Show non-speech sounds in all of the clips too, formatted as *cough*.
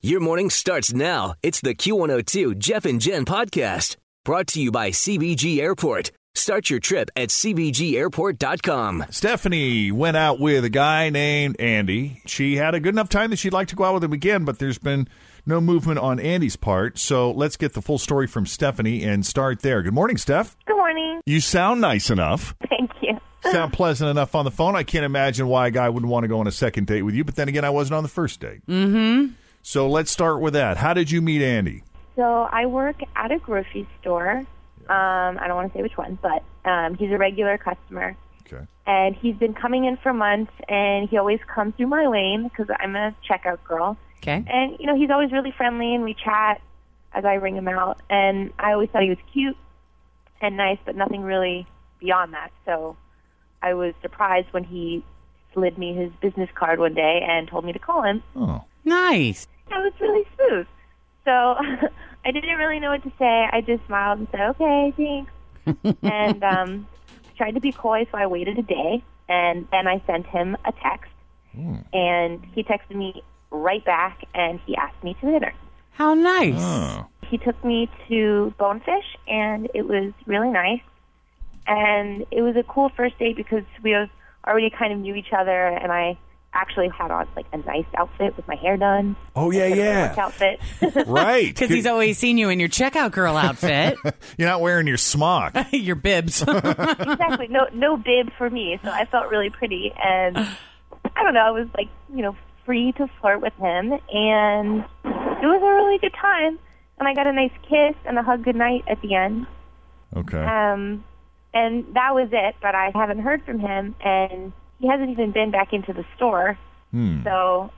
Your morning starts now. It's the Q102 Jeff and Jen podcast brought to you by CBG Airport. Start your trip at CBGAirport.com. Stephanie went out with a guy named Andy. She had a good enough time that she'd like to go out with him again, but there's been no movement on Andy's part. So let's get the full story from Stephanie and start there. Good morning, Steph. Good morning. *laughs* You sound nice enough, Thank you. sound pleasant enough on the phone. I can't imagine why a guy wouldn't want to go on a second date with you, but then again, I wasn't on the first date. Mm hmm. So let's start with that. How did you meet Andy? So I work at a grocery store. Um, I don't want to say which one, but um, he's a regular customer, Okay. and he's been coming in for months. And he always comes through my lane because I'm a checkout girl. Okay. And you know he's always really friendly, and we chat as I ring him out. And I always thought he was cute and nice, but nothing really beyond that. So I was surprised when he slid me his business card one day and told me to call him. Oh. Nice. That was really smooth. So *laughs* I didn't really know what to say. I just smiled and said, "Okay, thanks." and um, tried to be coy, so I waited a day, and then I sent him a text, and he texted me right back, and he asked me to dinner. How nice. Oh. He took me to Bonefish, and it was really nice. And it was a cool first date because we was- already kind of knew each other, and I actually had on like a nice outfit with my hair done. Oh, yeah, Kind of a yeah. work *laughs* outfit. Right. Because he's always seen you in your checkout *laughs* girl outfit, You're not wearing your smock. *laughs* your bibs. *laughs* exactly. No, no bib for me. So I felt really pretty, and I don't know. I was like, you know, free to flirt with him, and it was a really good time. And I got a nice kiss and a hug goodnight at the end. Okay. Um, and that was it. But I haven't heard from him, and he hasn't even been back into the store. So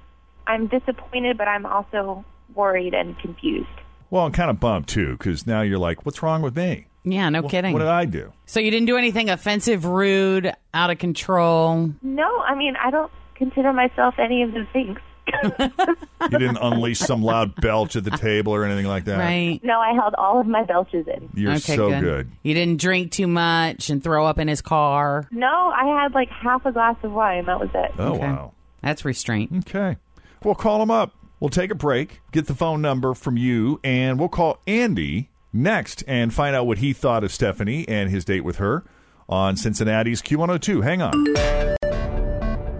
I'm disappointed, but I'm also worried and confused. Well, I'm kind of bummed too, because now you're like, what's wrong with me? yeah, no Wh- kidding. What did I do? so you didn't do anything offensive, rude, out of control. No, I mean I don't consider myself any of those things. *laughs* You didn't *laughs* unleash some loud belch at the table or anything like that. Right. no, I held all of my belches in. Uh, You're okay, so good. You didn't drink too much and throw up in his car. No, I had like half a glass of wine. That was it. Oh Okay. wow. That's restraint. Okay. We'll call him up. We'll take a break, get the phone number from you, and we'll call Andy next and find out what he thought of Stephanie and his date with her on Cincinnati's Q102. Hang on.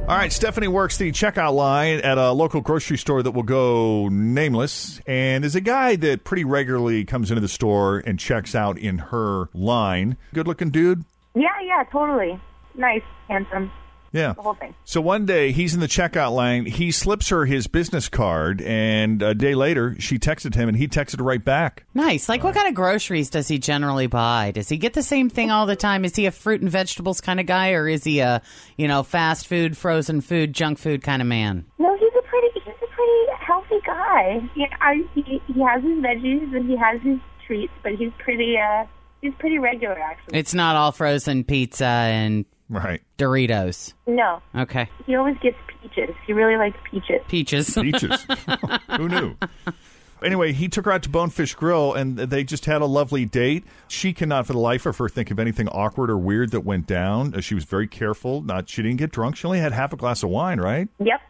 All right, Stephanie works the checkout line at a local grocery store that will go nameless. And is a guy that pretty regularly comes into the store and checks out in her line. Good looking dude. Yeah, yeah, totally. Nice, handsome, Yeah. the whole thing. So one day he's in the checkout line. He slips her his business card, and a day later she texted him, and he texted her right back. Nice. Like, what kind of groceries does he generally buy? Does he get the same thing all the time? Is he a fruit and vegetables kind of guy, or is he a, you know, fast food, frozen food, junk food kind of man? No, he's a pretty, he's a pretty healthy guy. He, I, he, he has his veggies and he has his treats, but he's pretty, uh, he's pretty regular actually. It's not all frozen pizza and Right, Doritos. No, Okay. he always gets peaches. He really likes peaches. Peaches. beaches. *laughs* Who knew? Anyway, he took her out to Bonefish Grill, and they just had a lovely date. She cannot, for the life of her, think of anything awkward or weird that went down. Uh, She was very careful. Not she didn't get drunk. She only had half a glass of wine, right? Yep.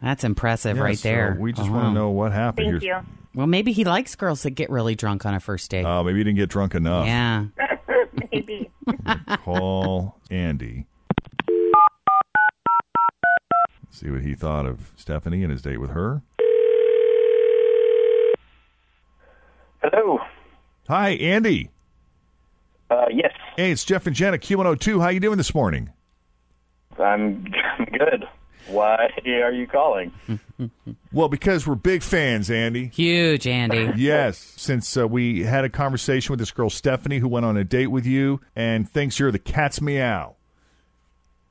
That's impressive Yeah, right so there. we just Oh, want wow. to know what happened. Thank *laughs* you. Here's- Well, maybe he likes girls that get really drunk on a first date. Oh, maybe you didn't get drunk enough. yeah. Maybe. call Andy. See what he thought of Stephanie and his date with her. Hello. Hi, Andy. Uh, yes, Hey, it's Jeff and Janet Q102. How you doing this morning? I'm I'm good. Why are you calling? Well, because we're big fans, Andy. Huge, Andy. Yes, since uh, we had a conversation with this girl Stephanie who went on a date with you and thinks you're the cat's meow.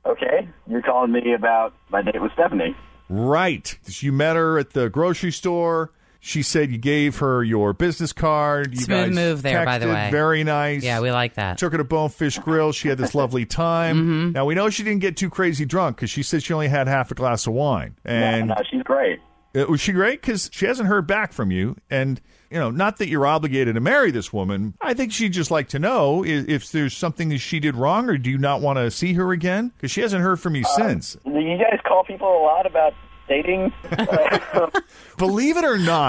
Okay, you're calling me about my date with Stephanie. Right. You met her at the grocery store. She said you gave her your business card. You Smooth guys move there, by the texted. way. Very nice. Yeah, we like that. Took her to Bonefish Grill. She had this lovely time. Now we know she didn't get too crazy drunk because she said she only had half a glass of wine. And no, she's great. uh, was she great? Because she hasn't heard back from you, and you know, not that you're obligated to marry this woman. I think she'd just like to know if, if there's something that she did wrong, or do you not want to see her again? Because she hasn't heard from you since. Do you guys call people a lot about dating? Believe it or not,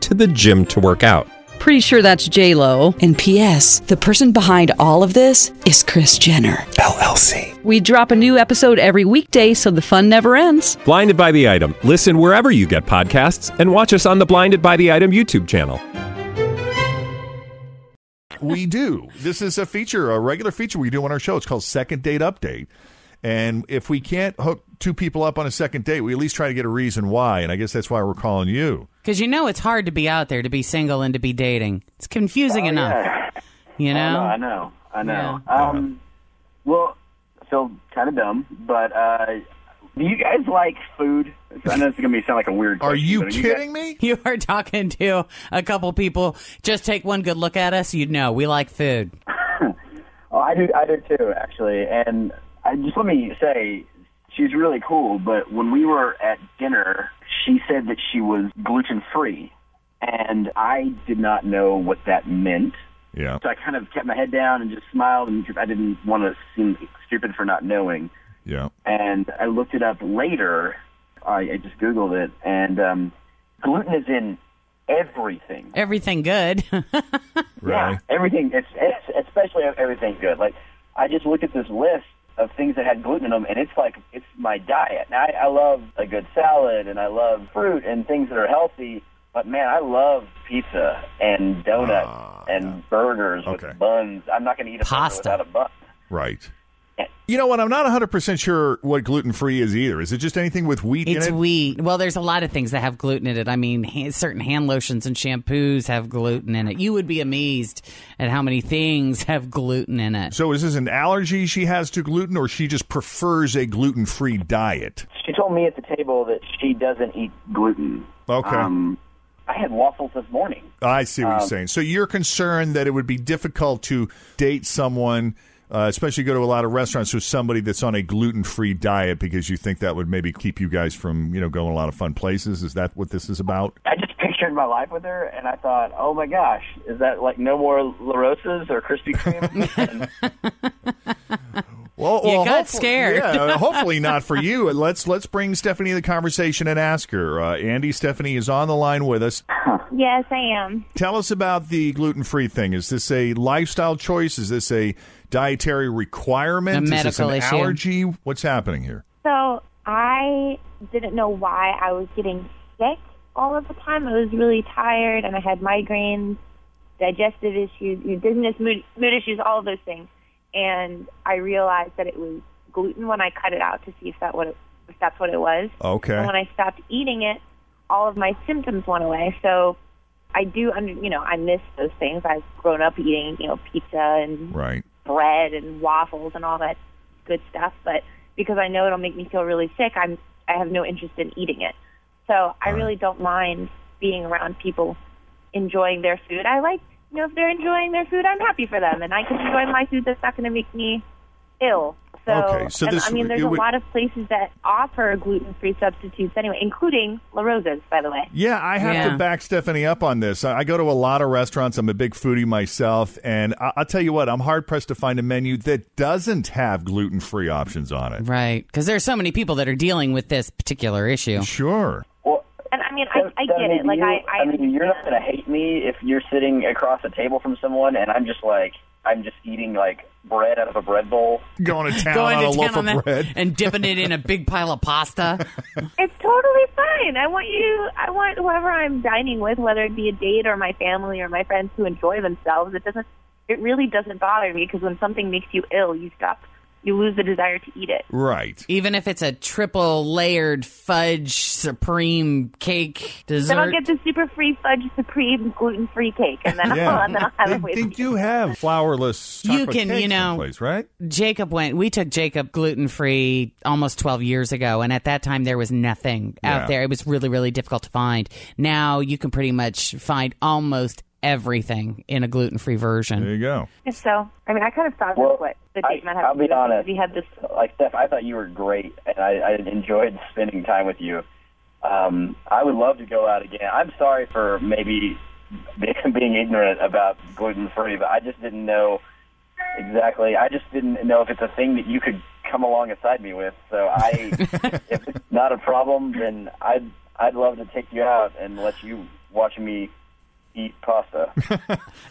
to the gym to work out. Pretty sure that's J Lo. And P.S. The person behind all of this is Chris Jenner. LLC. We drop a new episode every weekday, so the fun never ends. Blinded by the item. Listen wherever you get podcasts, and watch us on the Blinded by the Item YouTube channel. we do. This is a feature, a regular feature we do on our show. It's called Second Date Update. And if we can't hook two people up on a second date, we at least try to get a reason why. And I guess that's why we're calling you. Because you know it's hard to be out there to be single and to be dating. It's Oh, confusing enough. You know? I know, I know. I know. Um, well, so kind of dumb, but uh, do you guys like food? I know it's gonna be sound like a weird. Are question, you but do kidding me? *laughs* You are talking to a couple people. Just take one good look at us. You'd know we like food. Oh, I do. I do too, actually. And I just let me say, she's really cool. But when we were at dinner, she said that she was gluten free, and I did not know what that meant. Yeah. So I kind of kept my head down and just smiled, and because I didn't want to seem stupid for not knowing. Yeah. And I looked it up later. I, I just Googled it, and um, gluten is in everything. Everything good. *laughs* Really? Yeah, everything. It's, it's especially everything good. Like I just looked at this list of things that had gluten in them, and it's like it's my diet. Now I, I love a good salad, and I love fruit and things that are healthy. But man, I love pizza and donuts and burgers Ah, Okay. with buns. I'm not going to eat a Pasta. burger without a bun. Right. You know what? I'm not 100% sure what gluten free is either. Is it just anything with wheat it's in it? wheat. Well, there's a lot of things that have gluten in it. I mean, ha- certain hand lotions and shampoos have gluten in it. You would be amazed at how many things have gluten in it. So is this an allergy she has to gluten or she just prefers a gluten free diet? She told me at the table that she doesn't eat gluten. Okay. Um, I had waffles this morning. I see what you're saying. So you're concerned that it would be difficult to date someone, uh, especially go to a lot of restaurants with somebody that's on a gluten-free diet because you think that would maybe keep you guys from, you know, going a lot of fun places. Is that what this is about? I just pictured my life with her, and I thought, oh my gosh, is that like no more La Rosa's or Krispy Kreme? And Well, You well, got hopefully- scared. *laughs* Yeah, uh, hopefully not for you. And Let's let's bring Stephanie to the conversation and ask her. Uh, Andy, Stephanie is on the line with us. Yes, I am. Tell us about the gluten-free thing. Is this a lifestyle choice? Is this a dietary requirement? A is this medical an issue. allergy? What's happening here? So I didn't know why I was getting sick all of the time. I was really tired and I had migraines, digestive issues, you know, dizziness, mood, mood issues, all of those things. And I realized that it was gluten when I cut it out to see if that what it, if that's what it was. Okay. And when I stopped eating it, all of my symptoms went away. So I do under, you know, I miss those things. I've grown up eating, you know, pizza and Right. bread and waffles and all that good stuff. But because I know it'll make me feel really sick, I'm I have no interest in eating it. So I really don't mind being around people enjoying their food. I like you know if they're enjoying their food, I'm happy for them, and I can enjoy my food. That's not going to make me ill. So, Okay, so and, this- I mean, there's it a would- lot of places that offer gluten-free substitutes anyway, including La Rosa's, by the way. Yeah, I have to Yeah. back Stephanie up on this. I I go to a lot of restaurants. I'm a big foodie myself, and I- I'll tell you what, I'm hard pressed to find a menu that doesn't have gluten free options on it. Right. Because there's so many people that are dealing with this particular issue. Sure. well, And I mean, I, I Stephanie, get it. do Like you, I, I, mean, you're not going to hate me if you're sitting across the table from someone, and I'm just like, I'm just eating like bread out of a bread bowl. Going to town Going on to a loaf town on of that bread. and dipping it in *laughs* a big pile of pasta. It's totally fine. I want you, I want whoever I'm dining with, whether it be a date or my family or my friends, to enjoy themselves. It doesn't, it really doesn't bother me because when something makes you ill, you stop, you lose the desire to eat it. *laughs* Right. Even if it's a triple layered fudge supreme cake dessert. Then I'll get the super free fudge supreme gluten free cake, and then, I'll, and then I'll have it they, with they you. do have flourless. You chocolate can, you cakes know- someplace, right? Jacob went, we took Jacob gluten free almost 12 years ago. And at that time, there was nothing Yeah. out there. It was really, really difficult to find. Now you can pretty much find almost everything in a gluten free There version. you go. So, I mean, I kind of thought Well, that's what the I, date might have I'll to do be with it, 'cause honest. We had this like Steph, I thought you were great, and I, I enjoyed spending time with you. Um, I would love to go out again. I'm sorry for maybe *laughs* being ignorant about gluten free, but I just didn't know exactly. I just didn't know if it's a thing that you could come alongside me with. So I, if it's not a problem, then I'd I'd love to take you out and let you watch me eat pasta.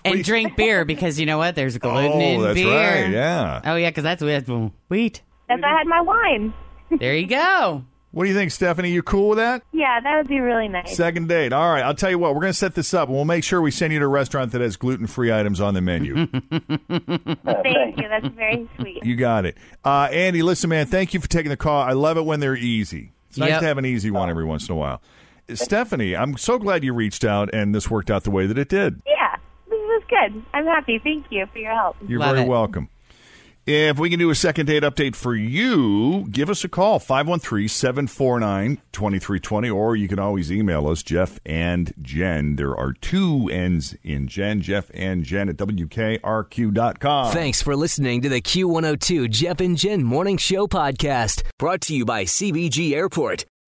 And drink beer because you know *laughs* what? There's gluten oh, in that's beer. right. Yeah. Oh, yeah, because that's wheat. wheat. If I had my wine. There you go. What do you think, Stephanie? You cool with that? Yeah, that would be really nice. Second date. All right. I'll tell you what. We're going to set this up, and we'll make sure we send you to a restaurant that has gluten-free items on the Mm-hmm. menu. Thank you. That's very sweet. you got it, uh, Andy. Listen, man. Thank you for taking the call. I love it when they're easy. It's nice Yep. to have an easy one every once in a while. Stephanie, I'm so glad you reached out, and this worked out the way that it did. Yeah, this is good. I'm happy. Thank you for your help. You're Love very it. welcome. If we can do a second date update for you, give us a call, 513 749 2320, or you can always email us, Jeff and Jen. There are two N's in Jen, Jeff and Jen at WKRQ.com. Thanks for listening to the Q102 Jeff and Jen Morning Show podcast, brought to you by CBG Airport.